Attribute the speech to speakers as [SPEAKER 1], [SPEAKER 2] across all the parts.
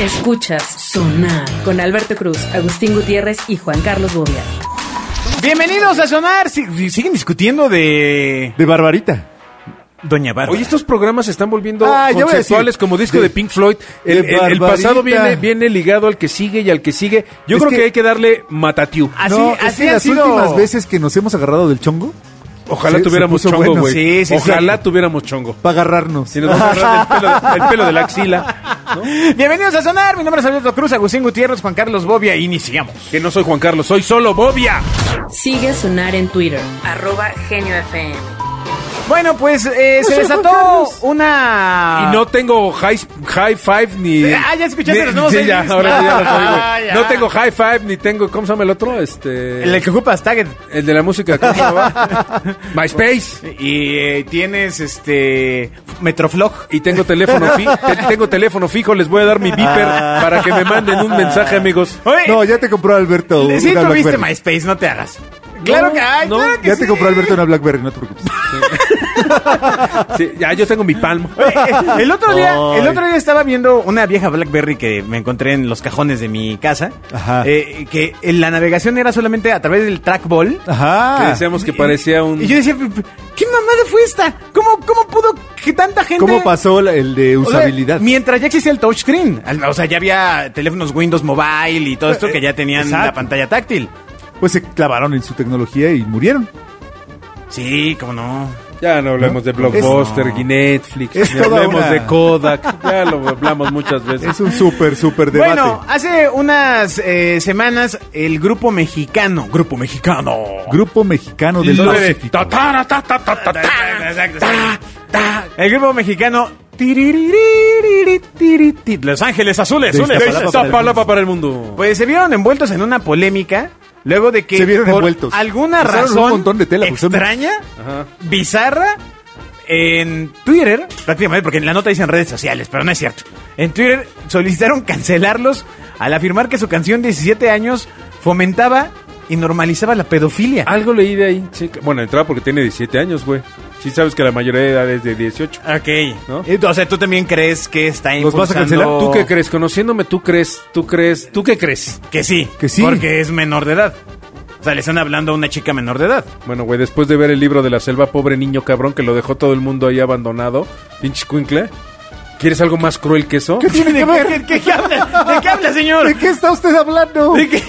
[SPEAKER 1] Escuchas Sonar con Alberto Cruz, Agustín Gutiérrez y Juan Carlos Bobia.
[SPEAKER 2] Bienvenidos a Sonar. Si- siguen discutiendo de
[SPEAKER 3] De Barbarita.
[SPEAKER 2] Doña Bárbara.
[SPEAKER 4] Oye, estos programas se están volviendo
[SPEAKER 3] Ah, ya voy a
[SPEAKER 4] conceptuales
[SPEAKER 3] decir,
[SPEAKER 4] como disco de,
[SPEAKER 3] de-
[SPEAKER 4] Pink Floyd.
[SPEAKER 3] de
[SPEAKER 4] El, el- el
[SPEAKER 3] Barbarita.
[SPEAKER 4] pasado viene, viene ligado al que sigue y al que sigue. Yo
[SPEAKER 3] Es
[SPEAKER 4] creo que,
[SPEAKER 3] que-
[SPEAKER 4] hay que darle matatiu.
[SPEAKER 2] Así-
[SPEAKER 3] no, es
[SPEAKER 2] así
[SPEAKER 3] que
[SPEAKER 2] han
[SPEAKER 3] las
[SPEAKER 2] sido-
[SPEAKER 3] últimas veces que nos hemos agarrado del chongo, se-
[SPEAKER 4] Ojalá
[SPEAKER 3] se
[SPEAKER 4] tuviéramos
[SPEAKER 3] puso
[SPEAKER 4] chongo,
[SPEAKER 3] bueno.
[SPEAKER 4] güey.
[SPEAKER 2] Sí, sí, sí.
[SPEAKER 4] Ojalá tuviéramos chongo.
[SPEAKER 3] para agarrarnos.
[SPEAKER 4] Si nos vamos a agarrar del pelo, el pelo de la axila, ¿no?
[SPEAKER 2] Bienvenidos a Sonar. Mi nombre es Alberto Cruz, Agustín Gutiérrez, Juan Carlos Bobia. Iniciamos.
[SPEAKER 4] Que no soy Juan Carlos, soy solo Bobia.
[SPEAKER 1] Sigue Sonar en Twitter, arroba Genio FM.
[SPEAKER 2] Bueno, pues eh, se desató una.
[SPEAKER 4] Y no tengo high, high five ni.
[SPEAKER 2] Ah, ya Ah. escuchaste
[SPEAKER 4] ni-
[SPEAKER 2] los nuevos
[SPEAKER 4] Sí, ya,
[SPEAKER 2] CDs.
[SPEAKER 4] ahora ya los oigo.
[SPEAKER 2] Ah, ya.
[SPEAKER 4] No tengo high five ni tengo. ¿Cómo se llama el otro? Este.
[SPEAKER 2] El que ocupas Target.
[SPEAKER 4] el de la música. ¿Cómo se llama? MySpace.
[SPEAKER 2] Y eh, tienes este. Metroflog.
[SPEAKER 4] Y tengo teléfono, fi- te- tengo teléfono fijo, les voy a dar mi beeper para que me manden un mensaje, amigos.
[SPEAKER 2] Ah. Oye,
[SPEAKER 3] No, ya te compró Alberto.
[SPEAKER 2] sí
[SPEAKER 3] una
[SPEAKER 2] tuviste
[SPEAKER 3] Blackberry.
[SPEAKER 2] MySpace, no te hagas. Claro que hay,
[SPEAKER 4] no,
[SPEAKER 2] claro que
[SPEAKER 3] Ya
[SPEAKER 2] sí.
[SPEAKER 3] te compró Alberto una Blackberry, no te preocupes.
[SPEAKER 4] Sí, ya, yo tengo mi palmo.
[SPEAKER 2] Eh, El otro día,
[SPEAKER 3] Ay.
[SPEAKER 2] el otro día estaba viendo una vieja BlackBerry que me encontré en los cajones de mi casa,
[SPEAKER 3] Ajá.
[SPEAKER 2] eh, que en la navegación era solamente a través del trackball.
[SPEAKER 3] Ajá.
[SPEAKER 4] Que decíamos que parecía un.
[SPEAKER 2] Y yo decía, ¿qué mamada fue esta? ¿Cómo, cómo pudo que tanta gente?
[SPEAKER 3] ¿Cómo pasó la- el de
[SPEAKER 2] O sea,
[SPEAKER 3] usabilidad?
[SPEAKER 2] mientras ya existía el touchscreen. Al- O sea, ya había teléfonos Windows Mobile y todo esto que ya tenían
[SPEAKER 3] Eh, Exacto.
[SPEAKER 2] la pantalla táctil.
[SPEAKER 3] Pues se clavaron en su tecnología y murieron.
[SPEAKER 2] Sí, cómo no.
[SPEAKER 4] Ya no hablemos de Blockbuster,
[SPEAKER 3] Es-
[SPEAKER 4] y Netflix,
[SPEAKER 3] es
[SPEAKER 4] ni
[SPEAKER 3] toda
[SPEAKER 4] hablemos
[SPEAKER 3] una-
[SPEAKER 4] de Kodak. Ya lo hablamos muchas veces.
[SPEAKER 3] Es un súper, súper debate.
[SPEAKER 2] Bueno, hace unas eh, semanas el grupo mexicano, grupo mexicano,
[SPEAKER 3] Grupo mexicano del
[SPEAKER 4] Lo de-
[SPEAKER 3] Pacífico.
[SPEAKER 4] ta, ta, ra, ta, ta, ta, ta, ta.
[SPEAKER 2] Exacto, exacto. El grupo mexicano. tiriririririririti, Los Ángeles Azules.
[SPEAKER 3] De
[SPEAKER 2] azules.
[SPEAKER 3] Iztapalapa
[SPEAKER 4] Esa palabra para el mundo.
[SPEAKER 2] Pues se vieron envueltos en una polémica. Luego de que
[SPEAKER 3] Se vieron
[SPEAKER 2] por
[SPEAKER 3] envueltos.
[SPEAKER 2] alguna
[SPEAKER 3] Usaron un
[SPEAKER 2] razón
[SPEAKER 3] montón de tela, pues, son-
[SPEAKER 2] extraña,
[SPEAKER 4] Ajá.
[SPEAKER 2] bizarra, en Twitter, prácticamente porque en la nota dicen redes sociales, pero no es cierto. En Twitter solicitaron cancelarlos al afirmar que su canción 17 años fomentaba y normalizaba la pedofilia.
[SPEAKER 4] Algo leí de ahí. sí, que- bueno, entraba porque tiene 17 años, güey. Sí sabes que la mayoría de edad es de 18.
[SPEAKER 2] Ok.
[SPEAKER 4] ¿No?
[SPEAKER 2] O sea, ¿tú también crees que está
[SPEAKER 3] ¿Los vas a
[SPEAKER 2] impulsando-
[SPEAKER 3] cancelar?
[SPEAKER 4] ¿Tú qué crees? Conociéndome, ¿tú crees? ¿Tú crees? ¿Tú qué crees?
[SPEAKER 2] Que sí.
[SPEAKER 3] Que sí.
[SPEAKER 2] Porque es menor de edad. O sea, le están hablando a una chica menor de edad.
[SPEAKER 4] Bueno, güey, después de ver el libro de la selva, pobre niño cabrón que lo dejó todo el mundo ahí abandonado, pinche cuincle. ¿Quieres algo más cruel que eso?
[SPEAKER 3] tiene que ver?
[SPEAKER 2] ¿De qué habla? ¿De qué habla, señor?
[SPEAKER 3] ¿De qué está usted hablando?
[SPEAKER 2] ¿De qué?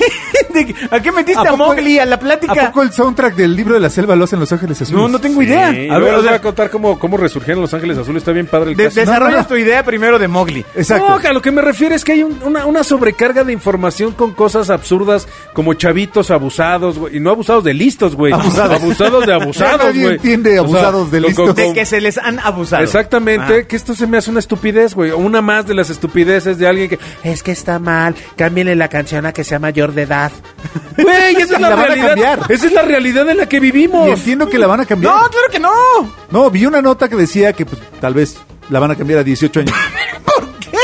[SPEAKER 2] ¿De qué? ¿A qué metiste
[SPEAKER 3] ¿A
[SPEAKER 2] a,
[SPEAKER 3] poco-
[SPEAKER 2] Mowgli a la
[SPEAKER 3] ¿A
[SPEAKER 2] plática?
[SPEAKER 3] poco el soundtrack del libro de la selva lo hacen Los Ángeles Azules?
[SPEAKER 2] No, no tengo
[SPEAKER 4] Sí,
[SPEAKER 2] idea.
[SPEAKER 4] A ver, os voy a contar cómo, cómo resurgieron Los Ángeles Azules. Está bien padre el
[SPEAKER 2] de-
[SPEAKER 4] caso.
[SPEAKER 2] desarrolla
[SPEAKER 3] No, no, no.
[SPEAKER 2] tu idea primero de Mowgli.
[SPEAKER 3] Exacto.
[SPEAKER 4] No, a lo que me refiero es que hay un- una, una sobrecarga de información con cosas absurdas como chavitos abusados, güey. Y no abusados de listos, güey.
[SPEAKER 3] Abusados.
[SPEAKER 4] Abusados de abusados,
[SPEAKER 3] Nadie
[SPEAKER 4] güey.
[SPEAKER 3] entiende
[SPEAKER 4] O sea,
[SPEAKER 3] abusados de
[SPEAKER 4] lo-
[SPEAKER 3] listos.
[SPEAKER 4] con-
[SPEAKER 2] De
[SPEAKER 4] con-
[SPEAKER 2] que se les han abusado. Ah.
[SPEAKER 4] Exactamente, que esto se me hace una estupidez, güey. Una más de las estupideces de alguien que es que está mal, cámbienle la canción a que sea mayor de edad. Güey, esa es
[SPEAKER 3] Y
[SPEAKER 4] la,
[SPEAKER 3] la van a
[SPEAKER 4] realidad.
[SPEAKER 3] cambiar.
[SPEAKER 4] Esa es la realidad en la que
[SPEAKER 3] Y
[SPEAKER 4] vivimos.
[SPEAKER 3] entiendo que la van a
[SPEAKER 2] Ah.
[SPEAKER 3] cambiar.
[SPEAKER 2] No, claro que no.
[SPEAKER 3] No, vi una nota que decía que pues, tal vez la van a cambiar a 18 años. ¿Por qué?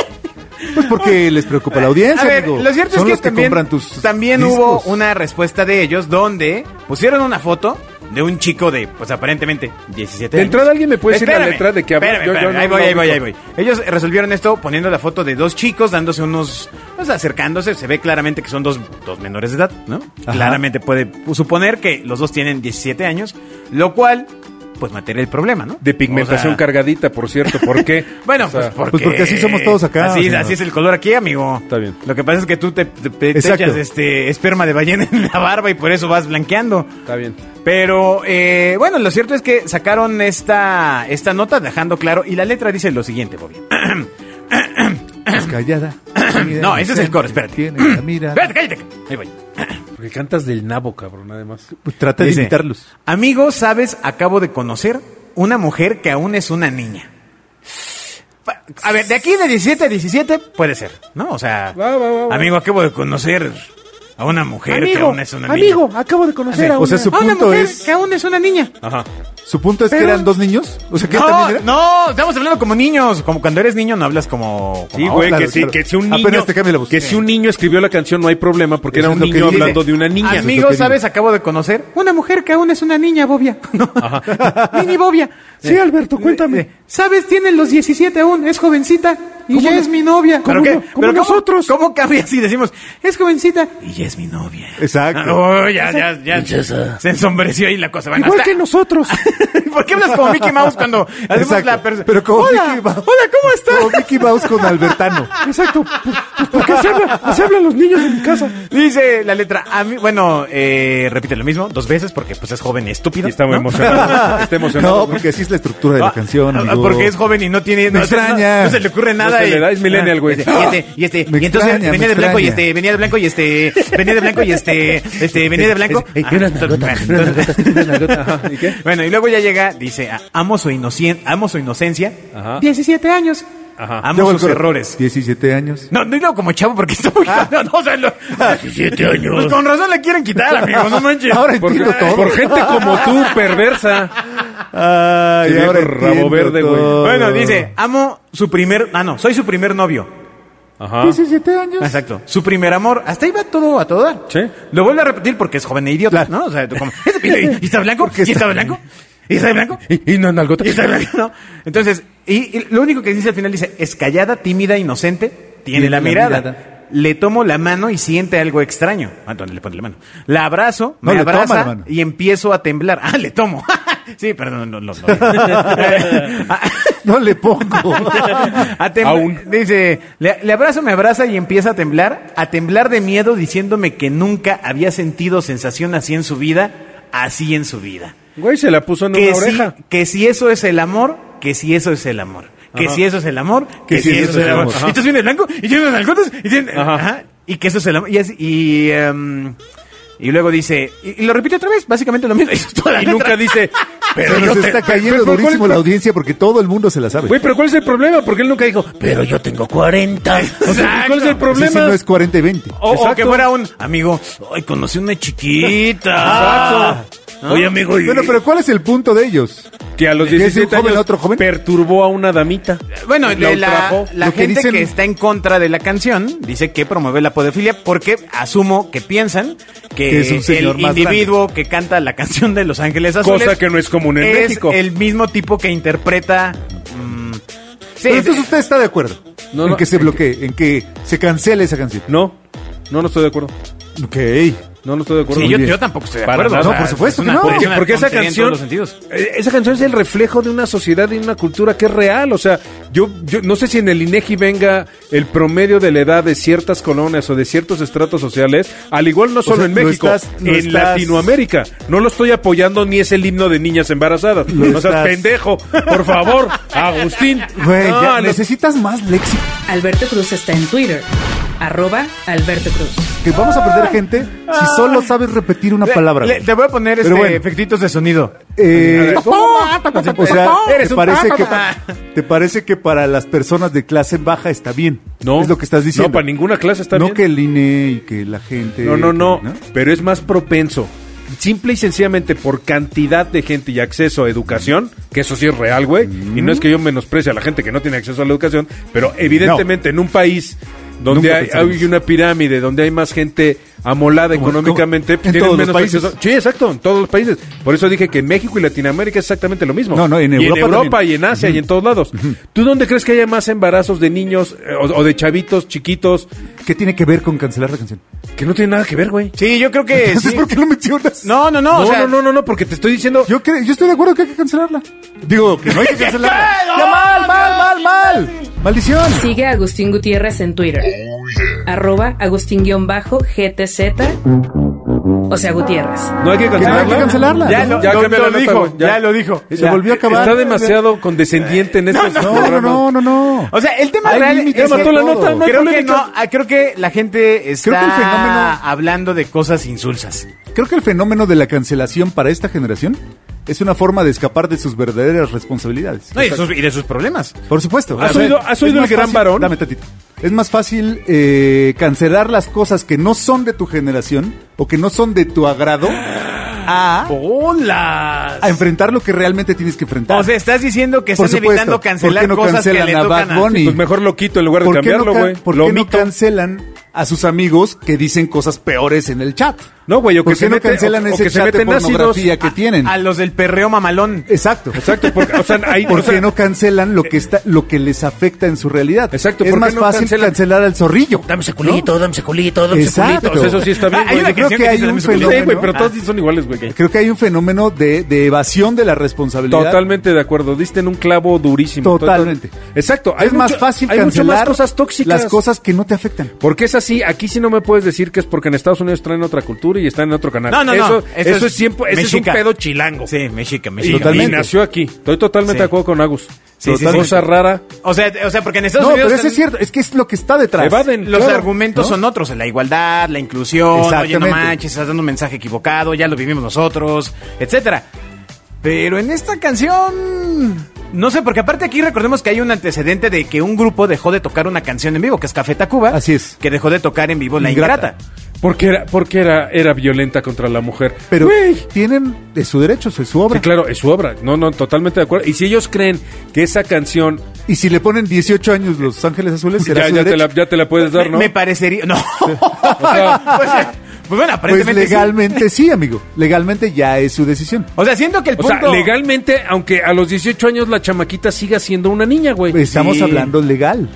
[SPEAKER 3] Pues porque les preocupa la audiencia.
[SPEAKER 2] A ver,
[SPEAKER 3] amigo.
[SPEAKER 2] lo cierto
[SPEAKER 3] Son
[SPEAKER 2] es que,
[SPEAKER 3] los que
[SPEAKER 2] también,
[SPEAKER 3] compran tus
[SPEAKER 2] también
[SPEAKER 3] discos.
[SPEAKER 2] hubo una respuesta de ellos donde pusieron una foto de un chico de, pues aparentemente, 17
[SPEAKER 4] De
[SPEAKER 2] años.
[SPEAKER 4] entrada, ¿alguien me puede decir la
[SPEAKER 2] Espérame,
[SPEAKER 4] letra de qué habla?
[SPEAKER 2] espérame,
[SPEAKER 4] Yo- yo
[SPEAKER 2] espérame,
[SPEAKER 4] no
[SPEAKER 2] ahí voy,
[SPEAKER 4] la
[SPEAKER 2] ahí voy, ahí
[SPEAKER 4] ubico.
[SPEAKER 2] voy. Ellos resolvieron esto poniendo la foto de dos chicos dándose unos, pues acercándose, se ve claramente que son dos, dos menores de edad, ¿no?
[SPEAKER 3] Ajá.
[SPEAKER 2] Claramente puede suponer que los dos tienen 17 años, lo cual, pues materia el problema, ¿no?
[SPEAKER 4] De pigmentación
[SPEAKER 2] O sea,
[SPEAKER 4] cargadita, por cierto, ¿por qué?
[SPEAKER 2] Bueno,
[SPEAKER 4] O sea,
[SPEAKER 2] pues, porque,
[SPEAKER 3] Pues porque así somos todos acá,
[SPEAKER 2] Así,
[SPEAKER 3] señor.
[SPEAKER 2] así es el color aquí, amigo.
[SPEAKER 4] Está bien.
[SPEAKER 2] Lo que pasa es que tú te, te- te
[SPEAKER 3] Exacto.
[SPEAKER 2] echas este esperma de ballena en la barba y por eso vas blanqueando.
[SPEAKER 4] Está bien.
[SPEAKER 2] Pero eh, bueno, lo cierto es que sacaron esta, esta nota dejando claro y la letra dice lo siguiente, Bobby.
[SPEAKER 3] Pues callada.
[SPEAKER 2] No, ese es el coro, espérate.
[SPEAKER 3] Tiene la mira.
[SPEAKER 2] Espérate, cállate. Ahí voy.
[SPEAKER 4] Porque cantas del nabo, cabrón, además.
[SPEAKER 3] Pues trata de
[SPEAKER 2] Dice,
[SPEAKER 3] imitarlos.
[SPEAKER 2] Amigo, sabes, acabo de conocer una mujer que aún es una niña. Pa- A ver, de aquí de 17 a 17 puede ser, ¿no? O sea,
[SPEAKER 4] Va, va, va, va.
[SPEAKER 2] amigo, acabo de conocer a una mujer que aún es una niña.
[SPEAKER 4] acabo de conocer
[SPEAKER 3] O sea, su
[SPEAKER 2] A una
[SPEAKER 3] punto
[SPEAKER 2] mujer
[SPEAKER 3] es.
[SPEAKER 2] que aún es una niña.
[SPEAKER 4] Ajá.
[SPEAKER 3] Su punto es que
[SPEAKER 2] Pero-
[SPEAKER 3] eran dos niños. O sea, que
[SPEAKER 2] No,
[SPEAKER 3] también era.
[SPEAKER 2] no, estamos hablando como niños. Como cuando eres niño no hablas como... como
[SPEAKER 4] Sí,
[SPEAKER 3] No,
[SPEAKER 4] güey,
[SPEAKER 3] claro,
[SPEAKER 4] que, sí,
[SPEAKER 3] claro.
[SPEAKER 4] que si un
[SPEAKER 3] Apenas
[SPEAKER 4] niño
[SPEAKER 3] te cambia la voz.
[SPEAKER 4] que si un niño escribió la canción no hay problema porque
[SPEAKER 3] Eso
[SPEAKER 4] era
[SPEAKER 3] es lo
[SPEAKER 4] un
[SPEAKER 3] que
[SPEAKER 4] niño
[SPEAKER 3] dice.
[SPEAKER 4] hablando de una niña.
[SPEAKER 3] Eso es
[SPEAKER 2] Amigo,
[SPEAKER 3] lo que
[SPEAKER 2] ¿sabes? Acabo de conocer una mujer que aún es una niña, Bobia. No. Mini Bobia. Eh,
[SPEAKER 3] Sí, Alberto, cuéntame.
[SPEAKER 2] ¿Sabes? Tiene los 17 aún, es jovencita.
[SPEAKER 4] Y ya es mi novia.
[SPEAKER 2] ¿Pero
[SPEAKER 4] como
[SPEAKER 2] qué?
[SPEAKER 4] no- como
[SPEAKER 2] ¿Pero cómo-
[SPEAKER 4] nosotros.
[SPEAKER 2] ¿Cómo, cambia si decimos, es jovencita y ya es mi novia?
[SPEAKER 3] Exacto.
[SPEAKER 2] Ah, oh, ya, ya, ya. Se ensombreció ahí la cosa. Bueno,
[SPEAKER 4] Igual
[SPEAKER 2] hasta-
[SPEAKER 4] que nosotros.
[SPEAKER 2] ¿Por qué hablas como Mickey Mouse cuando hacemos
[SPEAKER 3] Exacto.
[SPEAKER 2] la persona?
[SPEAKER 3] Pero como
[SPEAKER 2] hola,
[SPEAKER 3] Mickey Mouse.
[SPEAKER 2] hola, ¿cómo estás?
[SPEAKER 3] Como Mickey Mouse con Albertano.
[SPEAKER 4] Exacto. Pues, pues, ¿Por qué se habla? Así hablan los niños de mi casa.
[SPEAKER 2] Dice la letra A. mí- bueno, eh, repite lo mismo dos veces porque pues es joven y estúpido.
[SPEAKER 4] Y está muy
[SPEAKER 2] ¿no?
[SPEAKER 4] emocionado. Está emocionado.
[SPEAKER 3] No, porque así es la estructura de
[SPEAKER 2] Ah,
[SPEAKER 3] la canción,
[SPEAKER 2] ah,
[SPEAKER 3] amigo.
[SPEAKER 2] Porque es joven y no tiene.
[SPEAKER 3] Me
[SPEAKER 2] no,
[SPEAKER 3] extraña.
[SPEAKER 2] No, se le ocurre nada.
[SPEAKER 4] se
[SPEAKER 2] y- Ah.
[SPEAKER 4] le da, es millennial, güey.
[SPEAKER 2] Y este, y este.
[SPEAKER 3] Me
[SPEAKER 2] y entonces
[SPEAKER 3] extraña,
[SPEAKER 2] venía
[SPEAKER 3] me
[SPEAKER 2] de blanco y
[SPEAKER 3] extraña.
[SPEAKER 2] este, venía de blanco y este, venía de blanco y este, este, venía de blanco.
[SPEAKER 4] Ey,
[SPEAKER 2] Ah,
[SPEAKER 4] unas
[SPEAKER 2] entonces,
[SPEAKER 4] nalgotas,
[SPEAKER 2] bueno,
[SPEAKER 4] unas
[SPEAKER 2] entonces-
[SPEAKER 4] nalgotas, unas nalgotas. Ajá, ¿y qué?
[SPEAKER 2] Bueno, y luego ya llega, dice, ah, amo su, inocien- amo su inocencia,
[SPEAKER 4] Ajá.
[SPEAKER 2] 17 años,
[SPEAKER 4] Ajá.
[SPEAKER 2] amo
[SPEAKER 3] Yo
[SPEAKER 2] sus
[SPEAKER 3] creo-
[SPEAKER 2] errores.
[SPEAKER 3] 17 años.
[SPEAKER 2] No, no digo como chavo porque está muy...
[SPEAKER 3] Ah.
[SPEAKER 2] No, no, o sea, lo- Pues con razón la quieren quitar, amigo, no manches.
[SPEAKER 3] Ahora
[SPEAKER 4] Por,
[SPEAKER 3] entiendo todo.
[SPEAKER 4] por gente como tú, perversa.
[SPEAKER 3] Ay,
[SPEAKER 4] Qué
[SPEAKER 3] ahora
[SPEAKER 4] viejo rabo
[SPEAKER 3] entiendo
[SPEAKER 4] verde, güey.
[SPEAKER 3] todo.
[SPEAKER 2] Bueno, dice, amo su primer... Ah, no, soy su primer novio.
[SPEAKER 4] Ajá.
[SPEAKER 3] 17 años.
[SPEAKER 2] Exacto. Su primer amor. Hasta ahí va todo a todo dar.
[SPEAKER 4] Sí.
[SPEAKER 2] Lo vuelve a repetir porque es joven e idiota,
[SPEAKER 3] Claro.
[SPEAKER 2] ¿no? O sea, tú como, "Ese pide- ¿y está blanco? ¿Y está blanco? ¿Y está blanco?
[SPEAKER 4] Y, y no nalgota.
[SPEAKER 2] ¿Y está blanco? ¿No? Entonces, y, y lo único que dice al final dice, es callada, tímida, inocente, tiene, la, mirada. Le tomo la mano y siente algo extraño. Ah, entonces le pone la mano. La abrazo,
[SPEAKER 3] No,
[SPEAKER 2] me
[SPEAKER 3] le toma
[SPEAKER 2] abraza
[SPEAKER 3] la mano.
[SPEAKER 2] y empiezo a temblar. Ah, le tomo. sí, perdón, no, no, Eh, ah, no.
[SPEAKER 3] No le pongo.
[SPEAKER 2] A tem-
[SPEAKER 4] Aún.
[SPEAKER 2] Dice, le, le abrazo, me abraza y empieza a temblar, a temblar de miedo diciéndome que nunca había sentido sensación así en su vida, así en su vida.
[SPEAKER 4] Güey, se la puso en
[SPEAKER 2] Que
[SPEAKER 4] una
[SPEAKER 2] si,
[SPEAKER 4] oreja.
[SPEAKER 2] que si eso es el amor, que si eso es el amor. Que si eso es el amor, que, si, eso es el amor.
[SPEAKER 4] Ajá.
[SPEAKER 2] Y entonces viene blanco, y tiene unas algotas, y tiene...
[SPEAKER 4] Ajá.
[SPEAKER 2] ajá, y que eso es el amor. Y, así- y, em, y luego dice, y, y lo repite otra vez, básicamente lo mismo. Eso es toda la
[SPEAKER 4] Y nunca
[SPEAKER 2] letra.
[SPEAKER 4] dice. Pero
[SPEAKER 3] Se
[SPEAKER 4] yo
[SPEAKER 3] nos
[SPEAKER 4] te-
[SPEAKER 3] está
[SPEAKER 4] pero-
[SPEAKER 3] cayendo
[SPEAKER 4] pero-
[SPEAKER 3] durísimo
[SPEAKER 4] ¿cuál-
[SPEAKER 3] la audiencia porque todo el mundo se la sabe.
[SPEAKER 4] Güey, pero ¿cuál es el problema? Porque él nunca dijo. Pero yo tengo 40. O sea, ¿cuál es el
[SPEAKER 2] Exacto.
[SPEAKER 4] problema?
[SPEAKER 3] Ese no es 40 y 20.
[SPEAKER 2] O, o
[SPEAKER 4] Exacto.
[SPEAKER 2] que fuera un amigo, ay, conocí una chiquita. Ah.
[SPEAKER 4] Exacto.
[SPEAKER 2] Oye, amigo, y-
[SPEAKER 3] Bueno, pero ¿cuál es el punto de ellos?
[SPEAKER 4] Que a los
[SPEAKER 3] ¿Que es un
[SPEAKER 4] 17
[SPEAKER 3] joven
[SPEAKER 4] años
[SPEAKER 3] a otro joven?
[SPEAKER 4] perturbó a una damita.
[SPEAKER 2] bueno,
[SPEAKER 4] Y
[SPEAKER 2] de la,
[SPEAKER 4] ultrajó.
[SPEAKER 2] la
[SPEAKER 3] Lo que
[SPEAKER 2] gente que,
[SPEAKER 3] dicen-
[SPEAKER 2] está en contra de la canción dice que promueve la podefilia porque asumo que piensan que,
[SPEAKER 3] Que es un señor
[SPEAKER 2] el
[SPEAKER 3] más
[SPEAKER 2] individuo que canta la canción de Los Ángeles Azules
[SPEAKER 4] Cosa que no es común en
[SPEAKER 2] es
[SPEAKER 4] México.
[SPEAKER 2] el mismo tipo que interpreta. mm, sí,
[SPEAKER 3] Pero entonces usted está de acuerdo
[SPEAKER 4] No,
[SPEAKER 3] en
[SPEAKER 4] no,
[SPEAKER 3] que se
[SPEAKER 4] en que-
[SPEAKER 3] bloquee, en que se cancele esa canción.
[SPEAKER 4] No, no, no estoy de acuerdo.
[SPEAKER 3] Ok.
[SPEAKER 4] No, no estoy de acuerdo.
[SPEAKER 2] sí, yo,
[SPEAKER 3] bien.
[SPEAKER 2] yo tampoco estoy de
[SPEAKER 4] Para
[SPEAKER 2] acuerdo.
[SPEAKER 4] nada.
[SPEAKER 2] o
[SPEAKER 4] No, por
[SPEAKER 2] es
[SPEAKER 3] supuesto que
[SPEAKER 2] una-
[SPEAKER 3] no.
[SPEAKER 2] es
[SPEAKER 4] Porque,
[SPEAKER 2] una
[SPEAKER 4] porque esa
[SPEAKER 2] tontería en todos
[SPEAKER 4] canción,
[SPEAKER 2] los sentidos.
[SPEAKER 4] eh, esa canción es el reflejo de una sociedad y una cultura que es real. O sea, yo, yo no sé si en el INEGI venga el promedio de la edad de ciertas colonias o de ciertos estratos sociales, al igual no solo
[SPEAKER 3] sea,
[SPEAKER 4] en
[SPEAKER 3] lo
[SPEAKER 4] México,
[SPEAKER 3] estás- lo
[SPEAKER 4] en
[SPEAKER 3] estás-
[SPEAKER 4] Latinoamérica. No lo estoy apoyando ni es el himno de niñas embarazadas.
[SPEAKER 3] Lo
[SPEAKER 4] no seas
[SPEAKER 3] estás-
[SPEAKER 4] pendejo, por favor, Agustín.
[SPEAKER 3] Güey,
[SPEAKER 4] No,
[SPEAKER 3] ya
[SPEAKER 4] le-
[SPEAKER 3] necesitas más léxico.
[SPEAKER 1] Alberto Cruz está en Twitter. Arroba Alberto Cruz.
[SPEAKER 3] Que vamos a perder gente si solo sabes repetir una
[SPEAKER 2] Le-
[SPEAKER 3] palabra.
[SPEAKER 2] le-
[SPEAKER 3] güey.
[SPEAKER 2] te voy a poner
[SPEAKER 3] Pero
[SPEAKER 2] este
[SPEAKER 3] bueno.
[SPEAKER 2] efectitos de sonido.
[SPEAKER 3] Eh, o sea,
[SPEAKER 2] Eres
[SPEAKER 3] te
[SPEAKER 2] un
[SPEAKER 3] parece, que,
[SPEAKER 2] pájaro.
[SPEAKER 3] te parece que para las personas de clase baja está bien.
[SPEAKER 4] No.
[SPEAKER 3] Es lo que estás diciendo.
[SPEAKER 4] No, para ninguna clase está
[SPEAKER 3] No
[SPEAKER 4] bien.
[SPEAKER 3] que el INE y que la gente.
[SPEAKER 4] No, no, no, Pero es más propenso. Simple y sencillamente por cantidad de gente y acceso a educación, que eso sí es real, güey. Y no es que yo menosprecie a la gente que no tiene acceso a la educación, pero evidentemente en un país donde
[SPEAKER 3] Nunca
[SPEAKER 4] hay,
[SPEAKER 3] pensamos.
[SPEAKER 4] hay una pirámide, donde hay más gente amolada
[SPEAKER 3] Como-
[SPEAKER 4] económicamente,
[SPEAKER 3] como- en todos los países.
[SPEAKER 4] acceso- Sí, exacto, en todos los países. Por eso dije que en México y Latinoamérica es exactamente lo mismo.
[SPEAKER 3] No, no, en
[SPEAKER 4] Y
[SPEAKER 3] Europa
[SPEAKER 4] en Europa
[SPEAKER 3] también.
[SPEAKER 4] y en Asia y en todos lados. ¿Tú dónde crees que haya más embarazos de niños eh, o- o de chavitos chiquitos
[SPEAKER 3] ¿Qué tiene que ver con cancelar la canción?
[SPEAKER 4] que no tienen nada que ver, güey?
[SPEAKER 2] Sí, yo creo que.
[SPEAKER 3] Entonces,
[SPEAKER 2] sí.
[SPEAKER 3] ¿por qué lo mencionas?
[SPEAKER 2] No, no, no.
[SPEAKER 4] No,
[SPEAKER 2] o sea,
[SPEAKER 4] no, no, no, no, porque te estoy diciendo.
[SPEAKER 3] Yo, cre- yo estoy de acuerdo que hay que cancelarla. Digo, que no hay que cancelarla. ¡Ya mal, mal, mal, mal! ¡Maldición!
[SPEAKER 1] Sigue a Agustín Gutiérrez en Twitter. Arroba Agustín-GTZ. O sea, Gutiérrez.
[SPEAKER 4] No hay que cancelarla.
[SPEAKER 3] hay que cancelarla.
[SPEAKER 2] Ya lo- lo-
[SPEAKER 4] cambia
[SPEAKER 2] lo
[SPEAKER 4] la nota,
[SPEAKER 2] dijo,
[SPEAKER 4] güey,
[SPEAKER 2] ya lo dijo.
[SPEAKER 3] Se volvió a acabar.
[SPEAKER 4] Está demasiado condescendiente en estos
[SPEAKER 3] No, no,
[SPEAKER 4] programas.
[SPEAKER 3] no, no, no.
[SPEAKER 2] O sea, el tema
[SPEAKER 3] Hay
[SPEAKER 2] real
[SPEAKER 3] límites
[SPEAKER 2] es
[SPEAKER 3] de
[SPEAKER 2] que-
[SPEAKER 4] mató la
[SPEAKER 3] todo.
[SPEAKER 4] nota, no hay
[SPEAKER 2] ¿eh? creo que
[SPEAKER 4] polémica.
[SPEAKER 2] no, ah, creo que la gente está
[SPEAKER 3] Creo que el fenómeno-
[SPEAKER 2] hablando de cosas insulsas.
[SPEAKER 3] Creo que el fenómeno de la cancelación para esta generación es una forma de escapar de sus verdaderas responsabilidades.
[SPEAKER 2] No, y, de sus, y de sus problemas.
[SPEAKER 3] Por supuesto.
[SPEAKER 4] ¿Has
[SPEAKER 3] A ver,
[SPEAKER 4] oído- has
[SPEAKER 3] es
[SPEAKER 4] oído
[SPEAKER 3] más
[SPEAKER 4] el gran
[SPEAKER 3] fácil-
[SPEAKER 4] varón?
[SPEAKER 3] Dame tantito. Es más fácil eh, cancelar las cosas que no son de tu generación o que no son de tu agrado a,
[SPEAKER 2] ¡Hola!
[SPEAKER 3] a enfrentar lo que realmente tienes que enfrentar.
[SPEAKER 2] O sea, estás diciendo que
[SPEAKER 3] Por
[SPEAKER 2] están
[SPEAKER 3] supuesto.
[SPEAKER 2] evitando
[SPEAKER 3] ¿Por
[SPEAKER 2] cancelar
[SPEAKER 3] qué no
[SPEAKER 2] cosas que
[SPEAKER 3] cancelan
[SPEAKER 2] le
[SPEAKER 3] a
[SPEAKER 2] tocan
[SPEAKER 3] Bad
[SPEAKER 2] a...
[SPEAKER 3] Bunny?
[SPEAKER 4] Pues mejor lo quito en lugar de
[SPEAKER 3] ¿Por qué no
[SPEAKER 4] cambiarlo,
[SPEAKER 3] ca-
[SPEAKER 4] güey.
[SPEAKER 3] ¿Por
[SPEAKER 4] Lo
[SPEAKER 3] qué no
[SPEAKER 4] omito.
[SPEAKER 3] cancelan a sus amigos que dicen cosas peores en el chat?
[SPEAKER 4] No, güey, o
[SPEAKER 3] ¿Por
[SPEAKER 4] que
[SPEAKER 3] qué
[SPEAKER 4] se
[SPEAKER 3] no
[SPEAKER 4] mete-
[SPEAKER 3] cancelan
[SPEAKER 4] o- o
[SPEAKER 3] ese
[SPEAKER 4] que se
[SPEAKER 3] chat de
[SPEAKER 4] meten ácidos.
[SPEAKER 3] pornografía que tienen?
[SPEAKER 2] A los del perreo mamalón.
[SPEAKER 3] Exacto.
[SPEAKER 4] Exacto, porque, o sea, ahí,
[SPEAKER 3] ¿Por
[SPEAKER 4] o sea, eh,
[SPEAKER 3] qué no cancelan lo que está, lo que les afecta en su realidad?
[SPEAKER 4] Exacto,
[SPEAKER 3] es
[SPEAKER 4] ¿por qué
[SPEAKER 3] más
[SPEAKER 4] no
[SPEAKER 3] fácil
[SPEAKER 4] cancelan?
[SPEAKER 3] cancelar al zorrillo.
[SPEAKER 5] Dame ese culito, dame ese culito, dame ese
[SPEAKER 3] Exacto.
[SPEAKER 5] culito.
[SPEAKER 4] o sea, eso sí está bien,
[SPEAKER 2] Ah,
[SPEAKER 4] güey.
[SPEAKER 2] hay una
[SPEAKER 3] creo
[SPEAKER 2] canción
[SPEAKER 3] que
[SPEAKER 2] que Ah.
[SPEAKER 3] hay
[SPEAKER 2] dice,
[SPEAKER 3] un
[SPEAKER 2] "Dame su culito".
[SPEAKER 4] Sí, güey,
[SPEAKER 3] fenómeno.
[SPEAKER 4] pero todos son iguales, güey.
[SPEAKER 3] Creo que hay un fenómeno de, de evasión de la responsabilidad.
[SPEAKER 4] Totalmente de acuerdo, diste en un clavo durísimo.
[SPEAKER 3] Totalmente.
[SPEAKER 4] Total- Exacto, hay
[SPEAKER 3] Es más
[SPEAKER 4] mucho-
[SPEAKER 3] fácil
[SPEAKER 4] hay mucho
[SPEAKER 3] cancelar
[SPEAKER 4] más cosas tóxicas.
[SPEAKER 3] las cosas que no te afectan.
[SPEAKER 4] Porque es así, aquí sí no me puedes decir que es porque en Estados Unidos traen otra cultura y están en otro
[SPEAKER 3] Ah.
[SPEAKER 4] canal.
[SPEAKER 2] No, no,
[SPEAKER 4] eso,
[SPEAKER 2] no.
[SPEAKER 4] Eso,
[SPEAKER 2] Esto
[SPEAKER 4] es, siempre, ese es un
[SPEAKER 2] mexica.
[SPEAKER 4] pedo chilango.
[SPEAKER 2] Sí, mexica,
[SPEAKER 4] Y,
[SPEAKER 2] mexica.
[SPEAKER 4] y
[SPEAKER 3] Totalmente.
[SPEAKER 4] nació aquí. Estoy totalmente
[SPEAKER 2] Sí.
[SPEAKER 4] de acuerdo con Agus.
[SPEAKER 2] Sí, sí, sí.
[SPEAKER 4] Cosa rara.
[SPEAKER 2] O sea, o sea, porque en Estados
[SPEAKER 3] No,
[SPEAKER 2] Unidos
[SPEAKER 3] pero
[SPEAKER 2] están-
[SPEAKER 3] eso es cierto, es que es lo que está detrás.
[SPEAKER 4] Evaden.
[SPEAKER 2] los
[SPEAKER 4] Claro,
[SPEAKER 2] argumentos
[SPEAKER 4] ¿no?
[SPEAKER 2] son otros, la igualdad, la inclusión, oye, no
[SPEAKER 3] Exactamente.
[SPEAKER 2] manches, estás dando un mensaje equivocado, ya lo vivimos nosotros, etcétera. Pero en esta canción no sé, porque aparte aquí recordemos que hay un antecedente de que un grupo dejó de tocar una canción en vivo, que es Café Tacuba.
[SPEAKER 3] Así es.
[SPEAKER 2] Que dejó de tocar en vivo La Ingrata.
[SPEAKER 3] Ingrata.
[SPEAKER 4] Porque era, porque era, era violenta contra la mujer.
[SPEAKER 3] Pero
[SPEAKER 4] Güey.
[SPEAKER 3] tienen de su derecho, es su obra.
[SPEAKER 4] Sí, claro, es su obra. No, no, totalmente de acuerdo. Y si ellos creen que esa canción
[SPEAKER 3] Y si le ponen 18 años Los Ángeles
[SPEAKER 2] Pues
[SPEAKER 3] Azules, será
[SPEAKER 4] ya,
[SPEAKER 3] su
[SPEAKER 4] ya te
[SPEAKER 3] derecho. Pues
[SPEAKER 4] la, ya te la puedes dar,
[SPEAKER 2] Me-
[SPEAKER 4] ¿no?
[SPEAKER 2] Me parecería. No. O sea, pues bueno,
[SPEAKER 3] Pues
[SPEAKER 2] aparentemente. sí.
[SPEAKER 3] legalmente sí, amigo. Legalmente ya es su decisión.
[SPEAKER 2] O sea, siento que el
[SPEAKER 4] o
[SPEAKER 2] punto.
[SPEAKER 4] sea, legalmente, aunque a los 18 años la chamaquita siga siendo una niña, güey.
[SPEAKER 3] Estamos
[SPEAKER 2] Sí.
[SPEAKER 3] hablando legal.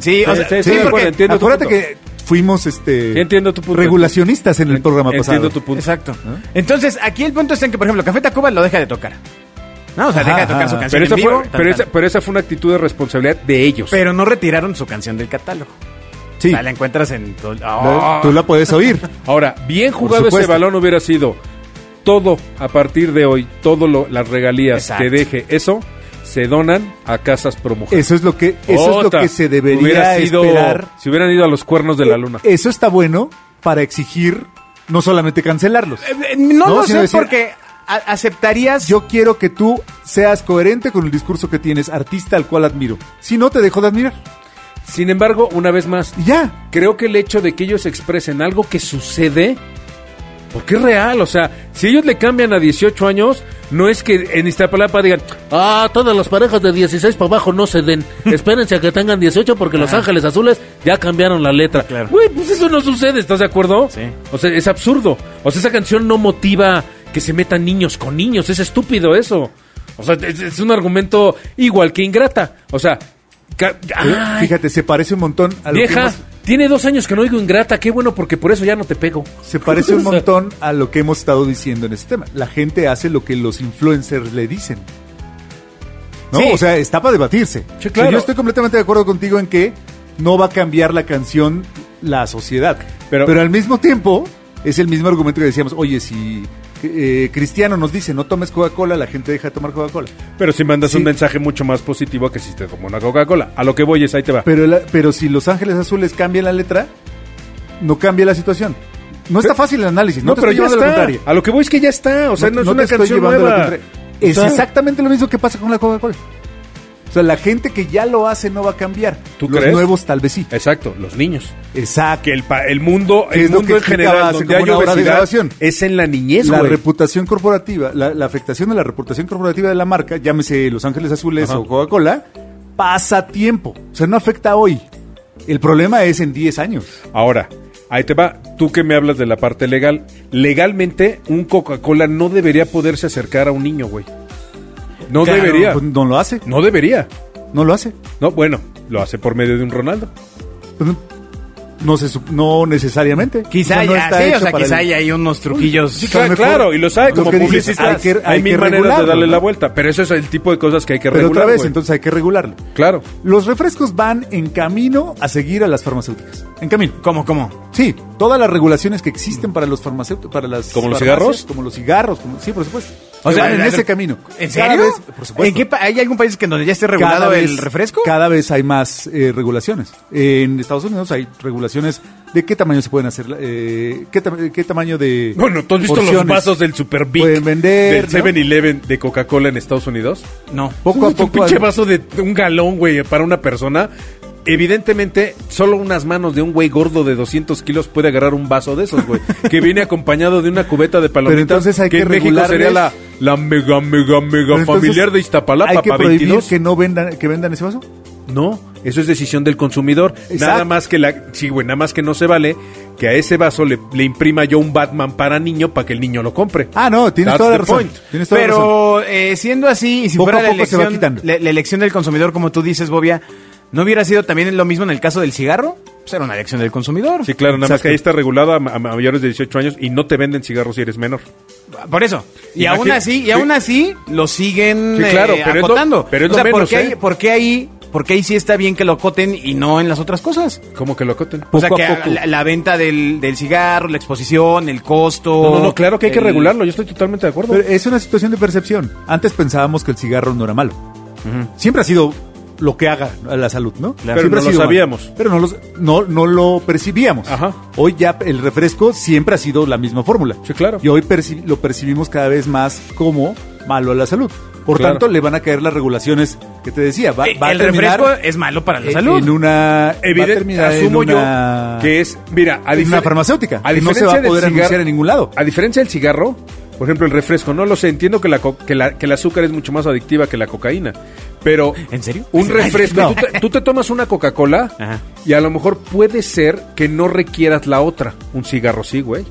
[SPEAKER 2] Sí, o sea,
[SPEAKER 4] Sí, sí,
[SPEAKER 2] sí,
[SPEAKER 4] de acuerdo,
[SPEAKER 2] porque-
[SPEAKER 4] entiendo. tu
[SPEAKER 3] Acuérdate
[SPEAKER 4] punto.
[SPEAKER 3] que fuimos este
[SPEAKER 4] Sí, entiendo tu punto.
[SPEAKER 3] regulacionistas en el programa pasado.
[SPEAKER 4] Entiendo tu punto.
[SPEAKER 2] Exacto. Entonces, aquí el punto está en que, por ejemplo, Café Tacuba lo deja de tocar. No, o sea,
[SPEAKER 3] Ajá,
[SPEAKER 2] deja de tocar
[SPEAKER 3] ajá,
[SPEAKER 2] su
[SPEAKER 3] ajá.
[SPEAKER 2] canción
[SPEAKER 4] Pero esa,
[SPEAKER 2] en vivo,
[SPEAKER 4] fue,
[SPEAKER 2] tan,
[SPEAKER 4] pero,
[SPEAKER 2] tan.
[SPEAKER 4] esa, pero esa fue una actitud de responsabilidad de ellos.
[SPEAKER 2] Pero no retiraron su canción del catálogo.
[SPEAKER 3] Sí.
[SPEAKER 2] O sea, la encuentras en... todo-
[SPEAKER 3] La-
[SPEAKER 2] ¡Oh!
[SPEAKER 3] Tú la puedes oír.
[SPEAKER 4] Ahora, bien jugado ese
[SPEAKER 3] supuesto.
[SPEAKER 4] balón hubiera sido todo a partir de hoy, todo lo, las regalías
[SPEAKER 2] Exacto.
[SPEAKER 4] que deje eso se donan a casas pro mujer.
[SPEAKER 3] Eso es lo que eso es lo
[SPEAKER 4] Ota,
[SPEAKER 3] que se
[SPEAKER 4] hubiera
[SPEAKER 3] debería
[SPEAKER 4] sido-
[SPEAKER 3] esperar. Eh,
[SPEAKER 4] Si hubieran ido a los cuernos de la luna.
[SPEAKER 3] Eso está bueno para exigir no solamente cancelarlos.
[SPEAKER 2] Eh, eh, No,
[SPEAKER 3] No,
[SPEAKER 2] lo
[SPEAKER 3] sino
[SPEAKER 2] sé
[SPEAKER 3] decir-
[SPEAKER 2] porque a- aceptarías...
[SPEAKER 3] Yo quiero que tú seas coherente con el discurso que tienes, artista al cual admiro. Si no te dejo de admirar,
[SPEAKER 4] Sin embargo, una vez más,
[SPEAKER 3] y ya.
[SPEAKER 4] creo que el hecho de que ellos expresen algo que sucede, porque es real, o sea, si ellos le cambian a 18 años, no es que en Iztapalapa digan,
[SPEAKER 5] Ah, todas las parejas de 16 para abajo no se den. Espérense a que tengan 18 porque Los Ángeles Azules ya cambiaron la letra.
[SPEAKER 2] Ah. Claro.
[SPEAKER 4] Güey, pues eso no sucede, ¿estás de acuerdo?
[SPEAKER 2] Sí.
[SPEAKER 4] O sea, es absurdo. O sea, esa canción no motiva que se metan niños con niños. Es estúpido eso. O sea, es, es un argumento igual que ingrata. O sea, ca- ay,
[SPEAKER 3] Eh, Fíjate, se parece un montón a lo que
[SPEAKER 4] vieja,
[SPEAKER 3] hemos-
[SPEAKER 4] tiene dos años que no oigo ingrata. Qué bueno, porque por eso ya no te pego.
[SPEAKER 3] se parece un montón a lo que hemos estado diciendo en este tema. La gente hace lo que los influencers le dicen. ¿No?
[SPEAKER 2] Sí.
[SPEAKER 3] O sea, está para debatirse.
[SPEAKER 4] Sí, claro.
[SPEAKER 3] O sea, yo estoy completamente de acuerdo contigo en que no va a cambiar la canción la sociedad.
[SPEAKER 4] Pero-
[SPEAKER 3] Pero, al mismo tiempo, es el mismo argumento que decíamos, oye, si eh, Cristiano nos dice no tomes Coca-Cola, la gente deja de tomar Coca-Cola.
[SPEAKER 4] Pero si mandas
[SPEAKER 3] Sí.
[SPEAKER 4] un mensaje mucho más positivo que si te tomó una Coca-Cola. A lo que voy es, ahí te va.
[SPEAKER 3] Pero, la- pero si Los Ángeles Azules cambian la letra, no cambia la situación. No está fácil el análisis, no,
[SPEAKER 4] no,
[SPEAKER 3] te
[SPEAKER 4] pero
[SPEAKER 3] estoy
[SPEAKER 4] ya
[SPEAKER 3] llevando a la
[SPEAKER 4] está.
[SPEAKER 3] contraria.
[SPEAKER 4] A lo que voy es que ya está. O sea, no,
[SPEAKER 3] te-
[SPEAKER 4] es
[SPEAKER 3] te
[SPEAKER 4] una
[SPEAKER 3] estoy
[SPEAKER 4] canción
[SPEAKER 3] llevando la
[SPEAKER 4] nueva.
[SPEAKER 3] contraria. Es
[SPEAKER 4] Está.
[SPEAKER 3] exactamente lo mismo que pasa con la Coca-Cola. O sea, la gente que ya lo hace no va a cambiar.
[SPEAKER 4] ¿Tú
[SPEAKER 3] Los
[SPEAKER 4] crees? Eh,
[SPEAKER 3] nuevos tal vez sí.
[SPEAKER 4] Exacto, los niños.
[SPEAKER 3] Exacto.
[SPEAKER 4] Que el, pa- el mundo,
[SPEAKER 3] Que
[SPEAKER 4] el
[SPEAKER 3] es lo
[SPEAKER 4] mundo
[SPEAKER 3] que
[SPEAKER 4] en general,
[SPEAKER 3] explicaba hace
[SPEAKER 4] donde
[SPEAKER 3] como
[SPEAKER 4] hay
[SPEAKER 3] una hora de
[SPEAKER 4] obesidad,
[SPEAKER 3] grabación.
[SPEAKER 4] es en la niñez,
[SPEAKER 3] la
[SPEAKER 4] güey.
[SPEAKER 3] reputación corporativa, la, la afectación de la reputación corporativa de la marca, llámese Los Ángeles Azules
[SPEAKER 4] Ajá.
[SPEAKER 3] o Coca-Cola, pasa a tiempo. O sea, no afecta hoy. El problema es en 10 años.
[SPEAKER 4] Ahora, ahí te va. Tú que me hablas de la parte legal. Legalmente, un Coca-Cola no debería poderse acercar a un niño, güey. No
[SPEAKER 2] Claro,
[SPEAKER 4] debería.
[SPEAKER 3] Pues no lo hace.
[SPEAKER 4] No debería.
[SPEAKER 3] No lo hace.
[SPEAKER 4] No, bueno, lo hace por medio de un Ronaldo.
[SPEAKER 3] Pues no- no, se, sup- no necesariamente.
[SPEAKER 2] Quizá
[SPEAKER 3] O sea, no
[SPEAKER 2] ya,
[SPEAKER 3] está
[SPEAKER 2] sí, o
[SPEAKER 3] hecho
[SPEAKER 2] sea,
[SPEAKER 3] para
[SPEAKER 2] quizá
[SPEAKER 3] el-
[SPEAKER 2] ya hay unos truquillos.
[SPEAKER 4] Sí,
[SPEAKER 3] Son
[SPEAKER 4] claro,
[SPEAKER 3] mejor-
[SPEAKER 4] claro, y lo sabe
[SPEAKER 3] los
[SPEAKER 4] como
[SPEAKER 3] que dices,
[SPEAKER 4] publicista.
[SPEAKER 3] hay que-
[SPEAKER 4] hay
[SPEAKER 3] hay
[SPEAKER 4] mil
[SPEAKER 3] que
[SPEAKER 4] maneras de
[SPEAKER 3] regularlo,
[SPEAKER 4] darle
[SPEAKER 3] ¿no?
[SPEAKER 4] la vuelta, pero eso es el tipo de cosas que hay que
[SPEAKER 3] Pero
[SPEAKER 4] regular.
[SPEAKER 3] otra vez,
[SPEAKER 4] güey.
[SPEAKER 3] entonces hay que regularlo.
[SPEAKER 4] Claro.
[SPEAKER 3] Los refrescos van en camino a seguir a las farmacéuticas. En camino.
[SPEAKER 2] ¿Cómo, cómo?
[SPEAKER 3] Sí, todas las regulaciones que existen para los farmacéuticos, para las
[SPEAKER 4] ¿Como los
[SPEAKER 3] farmacias,
[SPEAKER 4] cigarros?
[SPEAKER 3] como los cigarros, como- sí, por supuesto.
[SPEAKER 2] O sea,
[SPEAKER 3] van en
[SPEAKER 2] la-
[SPEAKER 3] ese camino.
[SPEAKER 2] ¿En
[SPEAKER 3] Cada
[SPEAKER 2] serio?
[SPEAKER 3] vez- por supuesto.
[SPEAKER 2] ¿En qué pa- ¿Hay algún país que en donde ya esté
[SPEAKER 3] Cada
[SPEAKER 2] regulado el
[SPEAKER 3] vez-
[SPEAKER 2] refresco?
[SPEAKER 3] Cada vez hay más eh, regulaciones. En Estados Unidos hay regulaciones de qué tamaño se pueden hacer, eh, qué, tama- qué tamaño de
[SPEAKER 4] Bueno, ¿tú has visto los
[SPEAKER 3] porciones?
[SPEAKER 4] vasos del Super Big?
[SPEAKER 3] Pueden vender,
[SPEAKER 4] Del
[SPEAKER 3] ¿no?
[SPEAKER 4] 7-Eleven de Coca-Cola en Estados Unidos.
[SPEAKER 2] No.
[SPEAKER 3] Poco a
[SPEAKER 4] Un
[SPEAKER 3] poco.
[SPEAKER 4] pinche vaso de un galón, güey, para una persona. Evidentemente, solo unas manos de un güey gordo de 200 kilos puede agarrar un vaso de esos, güey. que viene acompañado de una cubeta de palomitas.
[SPEAKER 3] Pero entonces hay que
[SPEAKER 4] en México
[SPEAKER 3] regularles-
[SPEAKER 4] sería la, la mega, mega, mega
[SPEAKER 3] Pero entonces,
[SPEAKER 4] familiar de Iztapalapa
[SPEAKER 3] Hay que
[SPEAKER 4] para
[SPEAKER 3] prohibir
[SPEAKER 4] 22.
[SPEAKER 3] que no vendan, que vendan ese vaso.
[SPEAKER 4] No, eso es decisión del consumidor. Nada
[SPEAKER 3] Exacto.
[SPEAKER 4] más que la. Sí, güey, nada más que no se vale que a ese vaso le, le imprima yo un Batman para niño para que el niño lo compre.
[SPEAKER 3] Ah, no, tienes
[SPEAKER 4] That's
[SPEAKER 3] toda la
[SPEAKER 4] the
[SPEAKER 3] razón.
[SPEAKER 4] point.
[SPEAKER 3] Tienes toda la razón.
[SPEAKER 2] Pero eh, siendo así, y si
[SPEAKER 3] Poco
[SPEAKER 2] fuera
[SPEAKER 3] a
[SPEAKER 2] la
[SPEAKER 3] poco se va
[SPEAKER 2] elección,
[SPEAKER 3] quitando.
[SPEAKER 2] la, la elección del consumidor, como tú dices, Bobia, ¿no hubiera sido también lo mismo en el caso del cigarro? Pues era una elección del consumidor.
[SPEAKER 4] Sí, claro, nada más
[SPEAKER 2] Exacto.
[SPEAKER 4] que ahí está regulado a, a mayores de 18 años y no te venden cigarros si eres menor.
[SPEAKER 2] Por eso. Y
[SPEAKER 4] Imagina-
[SPEAKER 2] aún así, y
[SPEAKER 4] sí.
[SPEAKER 2] aún así lo siguen
[SPEAKER 4] Sí, claro,
[SPEAKER 2] eh,
[SPEAKER 4] pero es lo-
[SPEAKER 2] acotando.
[SPEAKER 4] pero
[SPEAKER 2] O
[SPEAKER 4] es lo
[SPEAKER 2] sea, ¿por
[SPEAKER 4] menos,
[SPEAKER 2] qué
[SPEAKER 4] ¿eh?
[SPEAKER 2] ahí- ¿por qué ahí, por qué ahí sí está bien que lo acoten y no en las otras cosas?
[SPEAKER 4] ¿Cómo que lo acoten?
[SPEAKER 2] o sea,
[SPEAKER 3] Poco a
[SPEAKER 2] que
[SPEAKER 3] poco.
[SPEAKER 2] La, la venta del, del cigarro, la exposición, el costo.
[SPEAKER 4] No, no, no, claro que hay que
[SPEAKER 2] el-
[SPEAKER 4] regularlo, yo estoy totalmente de acuerdo.
[SPEAKER 3] Pero es una situación de percepción. Antes pensábamos que el cigarro no era malo. Siempre ha sido lo que haga a la salud, ¿no?
[SPEAKER 4] Claro.
[SPEAKER 3] Siempre
[SPEAKER 4] Pero
[SPEAKER 3] ha
[SPEAKER 4] no lo
[SPEAKER 3] sido malo.
[SPEAKER 4] sabíamos.
[SPEAKER 3] Pero no, los- no, no lo percibíamos.
[SPEAKER 4] Ajá.
[SPEAKER 3] Hoy ya el refresco siempre ha sido la misma fórmula.
[SPEAKER 4] Sí, claro.
[SPEAKER 3] Y hoy perci- lo percibimos cada vez más como malo a la salud. Por
[SPEAKER 4] Claro.
[SPEAKER 3] tanto, le van a caer las regulaciones que te decía. Va,
[SPEAKER 2] eh,
[SPEAKER 3] va
[SPEAKER 2] el
[SPEAKER 3] a terminar
[SPEAKER 2] refresco es malo para la
[SPEAKER 3] en-
[SPEAKER 2] salud.
[SPEAKER 3] En una, va a
[SPEAKER 4] Evidente,
[SPEAKER 3] terminar en
[SPEAKER 4] asumo
[SPEAKER 3] una-
[SPEAKER 4] yo que es, mira, a
[SPEAKER 3] en una
[SPEAKER 4] difer-
[SPEAKER 3] farmacéutica.
[SPEAKER 4] a
[SPEAKER 3] que no se
[SPEAKER 4] diferencia
[SPEAKER 3] va a
[SPEAKER 4] del
[SPEAKER 3] poder
[SPEAKER 4] cigarro-
[SPEAKER 3] anunciar en ningún lado.
[SPEAKER 4] A diferencia del cigarro, por ejemplo, el refresco, no lo sé, entiendo que, la co- que, la- que el azúcar es mucho más adictiva que la cocaína, pero...
[SPEAKER 2] ¿En serio?
[SPEAKER 4] Un refresco,
[SPEAKER 3] No.
[SPEAKER 4] tú, te, tú te tomas una Coca-Cola
[SPEAKER 2] Ajá.
[SPEAKER 4] y a lo mejor puede ser que no requieras la otra. Un cigarro sí, güey.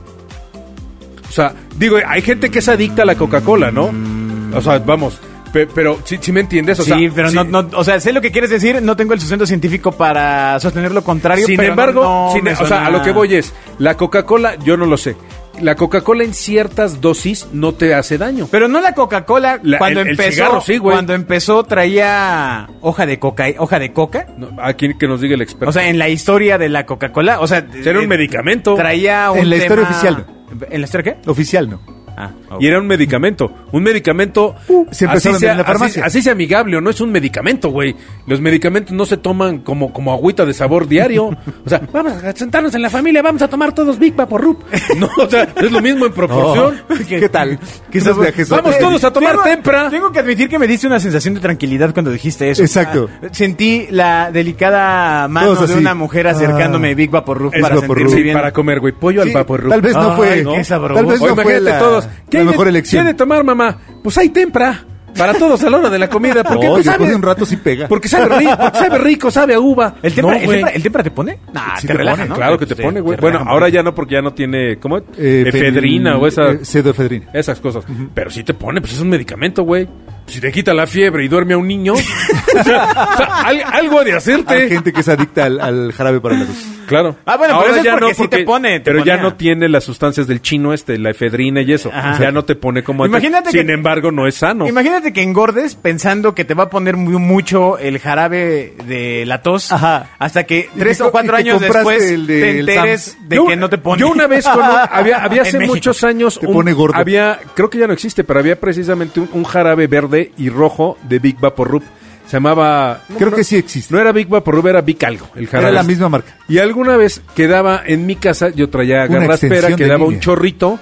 [SPEAKER 4] O sea, digo, hay gente que es adicta a la Coca-Cola, ¿no?
[SPEAKER 3] Mm.
[SPEAKER 4] O sea, vamos, pe- pero sí, sí me entiendes, o sea,
[SPEAKER 2] sí, pero
[SPEAKER 4] sí.
[SPEAKER 2] No, no, o sea, sé lo que quieres decir, no tengo el sustento científico para sostener lo contrario.
[SPEAKER 4] Sin
[SPEAKER 2] pero
[SPEAKER 4] embargo,
[SPEAKER 2] no- no
[SPEAKER 4] sin- e,
[SPEAKER 2] me
[SPEAKER 4] o sea,
[SPEAKER 2] suena-
[SPEAKER 4] a lo que voy es, la Coca-Cola, yo no lo sé. La Coca-Cola en ciertas dosis no te hace daño.
[SPEAKER 2] Pero no la Coca-Cola,
[SPEAKER 4] La-
[SPEAKER 2] cuando
[SPEAKER 4] el- el
[SPEAKER 2] empezó,
[SPEAKER 4] cigarro, sí, güey.
[SPEAKER 2] cuando empezó traía hoja de coca, hoja de coca.
[SPEAKER 4] No, aquí que nos diga el experto.
[SPEAKER 2] O sea, en la historia de la Coca-Cola, o sea, eh,
[SPEAKER 4] Era un medicamento.
[SPEAKER 2] Traía un
[SPEAKER 3] En la historia
[SPEAKER 2] tema-
[SPEAKER 3] oficial.
[SPEAKER 2] ¿En la historia qué?
[SPEAKER 3] Oficial, no.
[SPEAKER 2] Ah, ok.
[SPEAKER 4] y era un medicamento. Un medicamento.
[SPEAKER 2] Uh,
[SPEAKER 3] se empezó a vender en la farmacia.
[SPEAKER 4] Así, así sea amigable o no es un medicamento, güey. Los medicamentos no se toman como, como agüita de sabor diario. O sea, vamos a sentarnos en la familia, vamos a tomar todos Big Vaporrup. No, o sea, es lo mismo en proporción.
[SPEAKER 3] ¿Qué, tal? Quizás viajes
[SPEAKER 4] Vamos todos a tomar
[SPEAKER 2] Tengo-
[SPEAKER 4] tempra.
[SPEAKER 2] Tengo que admitir que me diste una sensación de tranquilidad cuando dijiste eso.
[SPEAKER 3] Exacto.
[SPEAKER 2] Ah, sentí la delicada mano
[SPEAKER 3] Todos
[SPEAKER 2] de
[SPEAKER 3] así.
[SPEAKER 2] una mujer acercándome
[SPEAKER 3] Ah.
[SPEAKER 2] Big Vaporrup
[SPEAKER 3] Es
[SPEAKER 2] para
[SPEAKER 3] Vaporrup.
[SPEAKER 2] sentirse
[SPEAKER 4] Sí,
[SPEAKER 2] bien.
[SPEAKER 4] para comer, güey. Pollo
[SPEAKER 3] Sí,
[SPEAKER 4] al Vaporrup.
[SPEAKER 3] Tal vez no
[SPEAKER 2] Ay,
[SPEAKER 3] fue,
[SPEAKER 2] qué sabroso.
[SPEAKER 3] tal vez
[SPEAKER 4] Oye,
[SPEAKER 3] Pues no fue
[SPEAKER 4] imagínate
[SPEAKER 3] la,
[SPEAKER 4] todos. ¿Qué
[SPEAKER 3] la
[SPEAKER 4] hay de-
[SPEAKER 3] mejor
[SPEAKER 4] ¿Qué hay
[SPEAKER 3] elección.
[SPEAKER 4] de tomar, mamá? Pues hay tempra. Para todos a la hora de la comida. Porque
[SPEAKER 3] No,
[SPEAKER 4] pues,
[SPEAKER 3] después
[SPEAKER 4] sabe,
[SPEAKER 3] de un rato sí pega.
[SPEAKER 4] Porque sabe rico, porque sabe rico, sabe a uva.
[SPEAKER 2] ¿El tempra,
[SPEAKER 4] No,
[SPEAKER 2] el,
[SPEAKER 4] güey.
[SPEAKER 2] tempra- el tempra te pone? Nah,
[SPEAKER 3] Sí
[SPEAKER 2] te,
[SPEAKER 3] te
[SPEAKER 2] relaja,
[SPEAKER 3] pone,
[SPEAKER 2] ¿no?
[SPEAKER 4] Claro que te
[SPEAKER 2] Sí,
[SPEAKER 4] pone, güey.
[SPEAKER 2] te
[SPEAKER 4] Bueno,
[SPEAKER 2] relaja un
[SPEAKER 4] ahora
[SPEAKER 2] poco.
[SPEAKER 4] ya no, porque ya no tiene. ¿Cómo?
[SPEAKER 3] Eh,
[SPEAKER 4] efedrina o esa.
[SPEAKER 3] eh, pseudoefedrina.
[SPEAKER 4] Esas cosas. Pero sí te pone, pues es un medicamento, güey. Si te quita la fiebre y duerme a un niño. o sea, o sea, al- algo de hacerte.
[SPEAKER 3] Hay gente que es adicta al, al jarabe para la luz.
[SPEAKER 4] Claro.
[SPEAKER 2] Ah, bueno, pero eso es porque sí te pone, te
[SPEAKER 4] pero ya
[SPEAKER 2] ponía.
[SPEAKER 4] no tiene las sustancias del chino este, la efedrina y eso.
[SPEAKER 2] Ajá.
[SPEAKER 4] Ya no te pone como antes.
[SPEAKER 2] Imagínate
[SPEAKER 4] Sin
[SPEAKER 2] que-
[SPEAKER 4] embargo, no es sano.
[SPEAKER 2] Imagínate que engordes pensando que te va a poner muy, mucho el jarabe de la tos.
[SPEAKER 3] Ajá.
[SPEAKER 2] Hasta que
[SPEAKER 3] Y
[SPEAKER 2] tres
[SPEAKER 3] te
[SPEAKER 2] o
[SPEAKER 3] co-
[SPEAKER 2] cuatro
[SPEAKER 3] y te
[SPEAKER 2] años
[SPEAKER 3] compraste
[SPEAKER 2] después
[SPEAKER 3] el de-
[SPEAKER 2] te
[SPEAKER 3] el
[SPEAKER 2] enteres
[SPEAKER 3] Sam's.
[SPEAKER 2] de
[SPEAKER 4] Yo-
[SPEAKER 2] que no te pone.
[SPEAKER 4] Yo una vez, con un- había, había
[SPEAKER 2] En
[SPEAKER 4] hace
[SPEAKER 2] México.
[SPEAKER 4] muchos años.
[SPEAKER 3] Te pone gordo.
[SPEAKER 4] Había, creo que ya no existe, pero había precisamente un, un jarabe verde y rojo de Big Vaporrup. Se llamaba.
[SPEAKER 3] Creo
[SPEAKER 4] no-
[SPEAKER 3] que sí existe.
[SPEAKER 4] No era Big Vaporrup, era Big Algo, el jarabe.
[SPEAKER 3] Era la misma marca.
[SPEAKER 4] Y alguna vez quedaba en mi casa, yo traía
[SPEAKER 3] Una
[SPEAKER 4] garraspera,
[SPEAKER 3] extensión de
[SPEAKER 4] quedaba
[SPEAKER 3] línea.
[SPEAKER 4] un chorrito.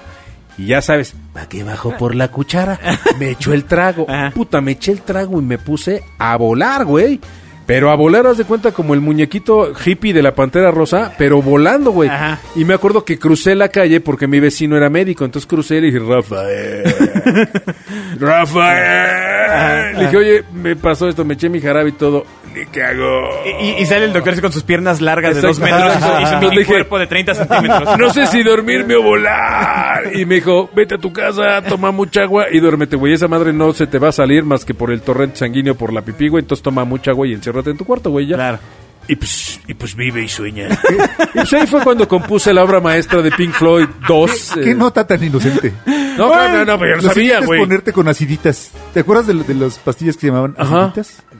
[SPEAKER 4] Y ya sabes, va que bajo por la cuchara. Me echó el trago.
[SPEAKER 2] Ajá.
[SPEAKER 4] Puta, me eché el trago y me puse a volar, güey. Pero a volar, haz de cuenta, como el muñequito hippie de la pantera rosa, pero volando, güey.
[SPEAKER 2] Ajá.
[SPEAKER 4] Y me acuerdo que crucé la calle porque mi vecino era médico. Entonces crucé y le dije, Rafael. Rafael. Le dije, oye, me pasó esto, me eché mi jarabe y todo. "Ni ¿Qué hago?
[SPEAKER 2] Y, y sale el doctor así con sus piernas largas de dos
[SPEAKER 4] Exacto.
[SPEAKER 2] metros y su- y
[SPEAKER 4] Ajá.
[SPEAKER 2] su
[SPEAKER 4] Entonces
[SPEAKER 2] mini
[SPEAKER 4] dije-
[SPEAKER 2] cuerpo de 30 centímetros.
[SPEAKER 4] No sé si dormirme o volar. Y me dijo, vete a tu casa, toma mucha agua y duérmete, güey. Esa madre no se te va a salir más que por el torrente sanguíneo, por la pipí, güey. Entonces toma mucha agua y enciérrate en tu cuarto, güey, ya.
[SPEAKER 2] Claro.
[SPEAKER 4] Y pues, y pues vive y sueña. y pues ahí fue cuando compuse la obra maestra de Pink Floyd 2.
[SPEAKER 3] Qué
[SPEAKER 4] eh,
[SPEAKER 3] nota tan inocente.
[SPEAKER 4] No, claro, no, no, pero yo lo sabía,
[SPEAKER 3] siguiente es
[SPEAKER 4] güey.
[SPEAKER 3] ponerte con aciditas. ¿Te acuerdas de, lo- de las pastillas que se llamaban
[SPEAKER 4] Ajá.
[SPEAKER 3] aciditas?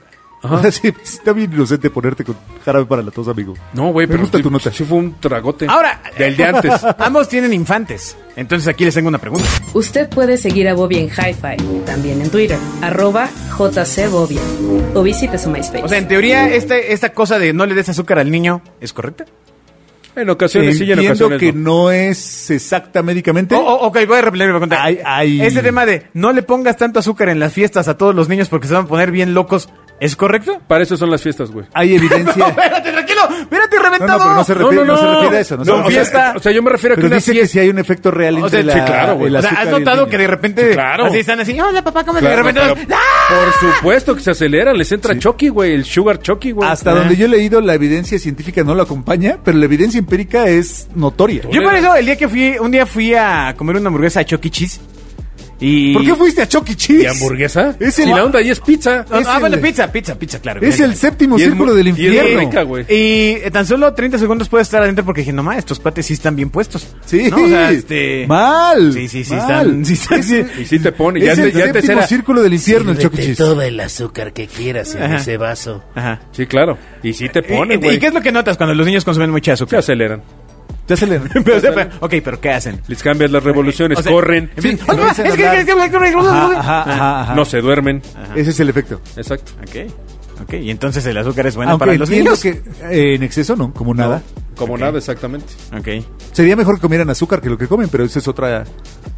[SPEAKER 3] Sí, pues, está bien inocente ponerte con jarabe para la tos, amigo.
[SPEAKER 4] No, güey,
[SPEAKER 3] Me
[SPEAKER 4] pero
[SPEAKER 3] gusta
[SPEAKER 4] sí-
[SPEAKER 3] tu nota.
[SPEAKER 4] sí fue un tragote.
[SPEAKER 2] Ahora, eh,
[SPEAKER 4] Del de antes.
[SPEAKER 2] ambos tienen infantes. Entonces aquí les tengo una pregunta.
[SPEAKER 1] Usted puede seguir a Bobia en Hi-Fi, también en Twitter, arroba jcbobia, o visite su MySpace.
[SPEAKER 2] O sea, en teoría, este, esta cosa de no le des azúcar al niño es correcta.
[SPEAKER 4] En ocasiones sí y en
[SPEAKER 3] Entiendo
[SPEAKER 4] ocasiones
[SPEAKER 3] que
[SPEAKER 4] no.
[SPEAKER 3] no es exacta médicamente.
[SPEAKER 2] O-
[SPEAKER 4] Oh,
[SPEAKER 2] o- ok, voy a repetir mi pregunta.
[SPEAKER 3] Ay, ay.
[SPEAKER 2] Este tema de no le pongas tanto azúcar en las fiestas a todos los niños porque se van a poner bien locos, ¿Es correcto?
[SPEAKER 4] Para eso son las fiestas, güey.
[SPEAKER 3] Hay
[SPEAKER 2] No,
[SPEAKER 3] evidencia.
[SPEAKER 2] espérate, tranquilo. Espérate,
[SPEAKER 3] No, no,
[SPEAKER 2] reventado.
[SPEAKER 3] pero no se refiere, no, se refiere a eso. No,
[SPEAKER 4] No,
[SPEAKER 3] se refiere
[SPEAKER 4] o
[SPEAKER 3] a
[SPEAKER 4] sea,
[SPEAKER 3] eso.
[SPEAKER 2] fiesta.
[SPEAKER 4] O sea, yo me refiero a que
[SPEAKER 3] Pero
[SPEAKER 4] una
[SPEAKER 3] dice que
[SPEAKER 4] fiesta...
[SPEAKER 3] si hay un efecto real
[SPEAKER 2] O
[SPEAKER 3] entre
[SPEAKER 2] sea,
[SPEAKER 3] la,
[SPEAKER 4] sí, claro, güey.
[SPEAKER 3] el
[SPEAKER 2] O sea,
[SPEAKER 3] azúcar
[SPEAKER 2] ¿has
[SPEAKER 3] y el
[SPEAKER 2] notado
[SPEAKER 3] niño?
[SPEAKER 2] que de repente
[SPEAKER 4] Sí, claro.
[SPEAKER 2] así están así, hola papá, ¿cómo te-?"
[SPEAKER 4] Claro,
[SPEAKER 2] de repente
[SPEAKER 4] pero-
[SPEAKER 2] ¡ah!
[SPEAKER 4] Por supuesto que se aceleran, les entra Chucky, güey, el Sugar Chucky, güey.
[SPEAKER 3] Hasta donde yo he leído, la evidencia científica no lo acompaña, pero la evidencia empírica es notoria.
[SPEAKER 2] Yo por eso el día que fui, un día fui a comer una hamburguesa a Chucky Cheese y
[SPEAKER 3] ¿Por qué fuiste a Chucky Cheese?
[SPEAKER 4] ¿Y hamburguesa?
[SPEAKER 3] Es
[SPEAKER 4] y
[SPEAKER 3] el-
[SPEAKER 4] la onda ahí es pizza.
[SPEAKER 2] Ah,
[SPEAKER 3] Es
[SPEAKER 2] ah, bueno,
[SPEAKER 3] el-
[SPEAKER 2] pizza, pizza, pizza, claro.
[SPEAKER 3] Es
[SPEAKER 2] bien,
[SPEAKER 3] el séptimo
[SPEAKER 4] Y es
[SPEAKER 3] círculo
[SPEAKER 4] mu-
[SPEAKER 3] del
[SPEAKER 4] y es muy
[SPEAKER 3] infierno.
[SPEAKER 4] rica, güey.
[SPEAKER 2] Y eh, tan solo 30 segundos puedes estar adentro porque dije, no ma, estos cuates sí están bien puestos.
[SPEAKER 3] Sí.
[SPEAKER 2] ¿No? O sea, este...
[SPEAKER 3] Mal.
[SPEAKER 2] Sí, sí, sí,
[SPEAKER 3] mal.
[SPEAKER 2] están... Sí, están sí.
[SPEAKER 4] Y sí te pone.
[SPEAKER 3] es
[SPEAKER 4] Ya,
[SPEAKER 3] el
[SPEAKER 4] antes- ya antes
[SPEAKER 3] séptimo
[SPEAKER 4] era...
[SPEAKER 3] círculo del infierno, el Chucky Cheese.
[SPEAKER 5] todo el azúcar que quieras en
[SPEAKER 2] Ajá.
[SPEAKER 5] ese vaso.
[SPEAKER 2] Ajá.
[SPEAKER 4] Sí, claro. Y sí te
[SPEAKER 2] ¿Y,
[SPEAKER 4] pone,
[SPEAKER 2] y-
[SPEAKER 4] güey.
[SPEAKER 2] y qué es lo que notas cuando los niños consumen mucha
[SPEAKER 4] Se
[SPEAKER 2] azúcar?
[SPEAKER 4] aceleran.
[SPEAKER 3] Te aceleran.
[SPEAKER 2] Pero, o sea, pero- ok, pero ¿qué hacen?
[SPEAKER 4] Les cambian las revoluciones,
[SPEAKER 2] O sea,
[SPEAKER 4] corren,
[SPEAKER 2] en fin,
[SPEAKER 3] Sí,
[SPEAKER 2] "Oye, ma,
[SPEAKER 3] empiezan a
[SPEAKER 2] es que-
[SPEAKER 3] hablar.
[SPEAKER 2] es que- es que-
[SPEAKER 3] Ajá, ajá, ajá, ajá.
[SPEAKER 4] no se duermen.
[SPEAKER 3] Ese es el efecto.
[SPEAKER 4] Exacto.
[SPEAKER 2] Ok, ok. Y entonces el azúcar es bueno
[SPEAKER 3] Aunque
[SPEAKER 2] para los
[SPEAKER 3] entiendo
[SPEAKER 2] niños.
[SPEAKER 3] que eh, en exceso no, como nada.
[SPEAKER 4] Como nada, exactamente.
[SPEAKER 2] Ok.
[SPEAKER 3] Sería mejor que comieran azúcar que lo que comen, pero esa es otra...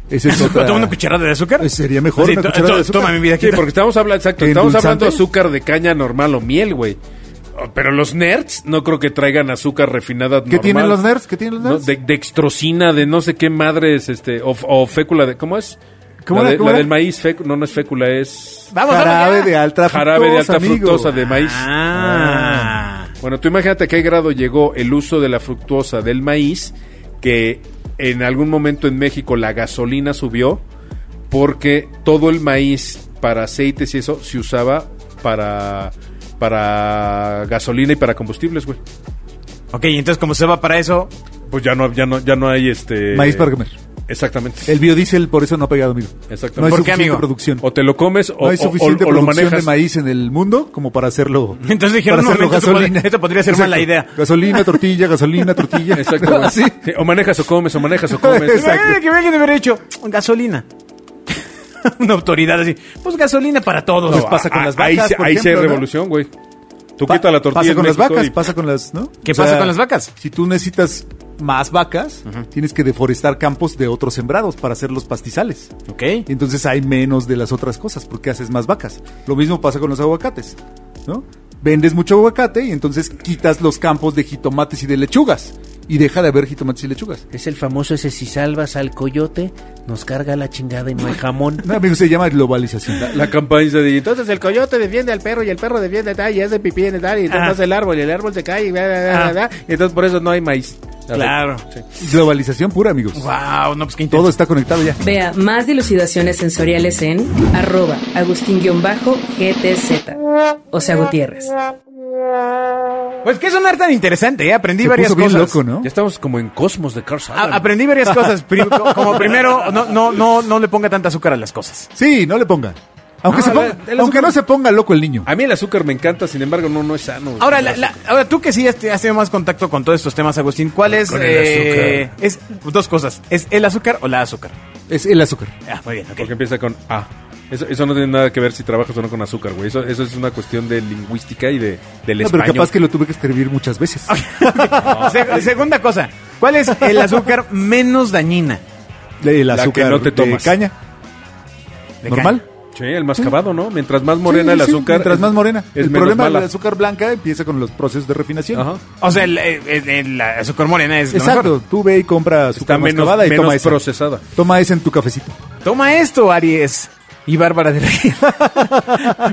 [SPEAKER 3] Esa es
[SPEAKER 2] ¿Toma
[SPEAKER 3] otra...
[SPEAKER 2] una cucharada de azúcar?
[SPEAKER 3] Eh, sería mejor
[SPEAKER 2] Así,
[SPEAKER 3] una
[SPEAKER 2] to-
[SPEAKER 3] cucharada
[SPEAKER 2] to-
[SPEAKER 3] de azúcar.
[SPEAKER 2] Toma mi vida aquí.
[SPEAKER 4] Sí, porque estamos hablando, exacto, estamos
[SPEAKER 3] ¿Endulzante?
[SPEAKER 4] hablando de azúcar de caña normal o miel, güey. Oh, Pero los nerds no creo que traigan azúcar refinada
[SPEAKER 3] ¿Qué tienen los nerds? ¿Qué tienen los nerds?
[SPEAKER 4] de dextrosina, de no sé qué madres, este, o, o fécula de, ¿cómo es?
[SPEAKER 3] ¿Cómo
[SPEAKER 4] la,
[SPEAKER 3] era?
[SPEAKER 4] de-
[SPEAKER 3] ¿Cómo
[SPEAKER 4] la
[SPEAKER 3] era?
[SPEAKER 4] del maíz, fécu- no, no es fécula, es
[SPEAKER 2] Vamos, vamos
[SPEAKER 3] jarabe
[SPEAKER 2] ya.
[SPEAKER 3] de alta fructosa,
[SPEAKER 4] jarabe de alta
[SPEAKER 3] amigo.
[SPEAKER 4] fructosa de maíz.
[SPEAKER 2] Ah.
[SPEAKER 4] Bueno, tú imagínate a qué grado llegó el uso de la fructosa del maíz, que en algún momento en México la gasolina subió, porque todo el maíz para aceites y eso se usaba para, para gasolina y para combustibles, güey.
[SPEAKER 2] Ok, y entonces como se va para eso,
[SPEAKER 4] Pues ya no, ya no, ya no hay este.
[SPEAKER 3] Maíz para comer.
[SPEAKER 4] Exactamente.
[SPEAKER 3] El biodiesel por eso no ha pegado, amigo.
[SPEAKER 4] Exactamente.
[SPEAKER 3] No hay
[SPEAKER 2] ¿Por qué,
[SPEAKER 3] suficiente
[SPEAKER 2] amigo?
[SPEAKER 3] producción.
[SPEAKER 4] O te lo comes o,
[SPEAKER 3] no hay
[SPEAKER 4] o- o-
[SPEAKER 3] suficiente
[SPEAKER 4] o lo
[SPEAKER 3] producción
[SPEAKER 4] manejas.
[SPEAKER 3] de maíz en el mundo como para hacerlo.
[SPEAKER 2] Entonces dijeron,
[SPEAKER 3] para
[SPEAKER 2] "Un
[SPEAKER 3] hacerlo
[SPEAKER 2] momento, esto
[SPEAKER 3] gasolina".
[SPEAKER 2] pod- esto podría ser mala idea.
[SPEAKER 3] Gasolina, tortilla, gasolina, tortilla.
[SPEAKER 4] Exacto, güey.
[SPEAKER 3] Así.
[SPEAKER 4] Sí, O manejas o comes, o manejas o comes.
[SPEAKER 3] Exacto.
[SPEAKER 2] imagínate que alguien hubiera hecho gasolina. Una autoridad así, pues gasolina para todos.
[SPEAKER 3] Pues pasa con
[SPEAKER 4] Ah,
[SPEAKER 3] las
[SPEAKER 4] ahí
[SPEAKER 3] vacas,
[SPEAKER 4] se-
[SPEAKER 3] por
[SPEAKER 4] Ahí sí hay
[SPEAKER 3] ejemplo, ¿no?
[SPEAKER 4] revolución, güey. Tú
[SPEAKER 3] Pa-
[SPEAKER 4] quitas la tortilla
[SPEAKER 3] Pasa
[SPEAKER 4] en
[SPEAKER 3] con las
[SPEAKER 4] México
[SPEAKER 3] vacas,
[SPEAKER 4] y-
[SPEAKER 3] pasa con las, ¿no?
[SPEAKER 2] ¿Qué
[SPEAKER 3] O sea,
[SPEAKER 2] pasa con las vacas?
[SPEAKER 3] Si tú necesitas más vacas, tienes que deforestar campos de otros sembrados para hacer los pastizales.
[SPEAKER 2] Ok.
[SPEAKER 3] Y entonces hay menos de las otras cosas porque haces más vacas. Lo mismo pasa con los aguacates, ¿no? Vendes mucho aguacate y entonces quitas los campos de jitomates y de lechugas. Y deja de haber jitomates y lechugas.
[SPEAKER 5] Es el famoso ese si salvas al coyote, nos carga la chingada y no hay jamón.
[SPEAKER 3] No, amigo, se llama globalización.
[SPEAKER 4] La campaña de entonces el
[SPEAKER 6] coyote defiende al perro y el perro defiende a tal y hace pipí en el tal y entonces
[SPEAKER 2] Ah.
[SPEAKER 6] hace el árbol y el árbol se cae y bla, bla, bla,
[SPEAKER 2] Ah.
[SPEAKER 6] bla, bla.
[SPEAKER 4] y entonces por eso no hay maíz.
[SPEAKER 2] Claro.
[SPEAKER 3] Globalización pura, amigos.
[SPEAKER 2] Wow, no, pues qué intenso.
[SPEAKER 3] Todo está conectado ya.
[SPEAKER 1] Vea más dilucidaciones sensoriales en arroba agustín-gtz. O sea, Gutiérrez.
[SPEAKER 2] Pues qué sonar tan interesante, ¿eh? aprendí
[SPEAKER 3] Se
[SPEAKER 2] varias
[SPEAKER 3] puso bien
[SPEAKER 2] cosas.
[SPEAKER 3] loco, ¿no?
[SPEAKER 4] Ya estamos como en Cosmos de Carl Sagan.
[SPEAKER 2] A- aprendí varias cosas. Prim- co- como primero, no, no, no, no le ponga tanta azúcar a las cosas.
[SPEAKER 3] Sí, no le pongan. Aunque,
[SPEAKER 4] No,
[SPEAKER 3] se
[SPEAKER 4] Ah, la-
[SPEAKER 3] ponga-
[SPEAKER 4] el azúcar- Ah.
[SPEAKER 3] aunque no se ponga loco el niño.
[SPEAKER 4] A mí el azúcar me encanta, sin embargo, no, no es sano. güey.
[SPEAKER 2] Ahora, la- la- ahora tú que sí has, has tenido más contacto con todos estos temas, Agustín, ¿cuál es?
[SPEAKER 4] Con el
[SPEAKER 2] eh, es dos cosas. ¿Es el azúcar o la azúcar?
[SPEAKER 3] Es el azúcar.
[SPEAKER 2] Ah, muy bien, ok.
[SPEAKER 4] Porque empieza con A. Eso, eso no tiene nada que ver si trabajas o no con azúcar, güey. Eso, eso es una cuestión de lingüística y de, del
[SPEAKER 3] No, pero
[SPEAKER 4] español. Ah.
[SPEAKER 3] capaz que lo tuve que escribir muchas veces.
[SPEAKER 2] Se- segunda cosa, ¿cuál es el azúcar menos dañina?
[SPEAKER 3] El
[SPEAKER 4] que
[SPEAKER 3] azúcar
[SPEAKER 4] no te
[SPEAKER 3] de
[SPEAKER 4] tomas.
[SPEAKER 3] caña.
[SPEAKER 2] De
[SPEAKER 3] ¿Normal?
[SPEAKER 2] caña.
[SPEAKER 4] Sí, el mascabado, ¿no? Mientras más morena
[SPEAKER 3] Sí,
[SPEAKER 4] el
[SPEAKER 3] sí,
[SPEAKER 4] azúcar.
[SPEAKER 3] Mientras
[SPEAKER 4] es-
[SPEAKER 3] más morena.
[SPEAKER 4] Es
[SPEAKER 3] el
[SPEAKER 4] menos
[SPEAKER 3] problema
[SPEAKER 4] mala.
[SPEAKER 3] del azúcar blanca empieza con los procesos de refinación.
[SPEAKER 4] Ajá.
[SPEAKER 2] O sea, el, el- el azúcar morena es lo
[SPEAKER 3] Exacto.
[SPEAKER 2] mejor.
[SPEAKER 3] Tú ve y compra azúcar
[SPEAKER 4] Está menos,
[SPEAKER 3] mascabada y
[SPEAKER 4] menos
[SPEAKER 3] toma esa.
[SPEAKER 4] procesada.
[SPEAKER 3] Toma esa en tu cafecito.
[SPEAKER 2] Toma esto, Aries y Bárbara de Regil.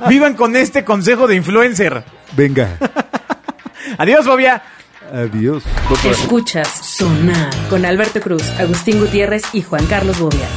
[SPEAKER 2] Vivan con este consejo de influencer.
[SPEAKER 3] Venga.
[SPEAKER 2] Adiós, Bobia.
[SPEAKER 3] Adiós.
[SPEAKER 1] Escuchas Sonar con Alberto Cruz, Agustín Gutiérrez y Juan Carlos Bobia.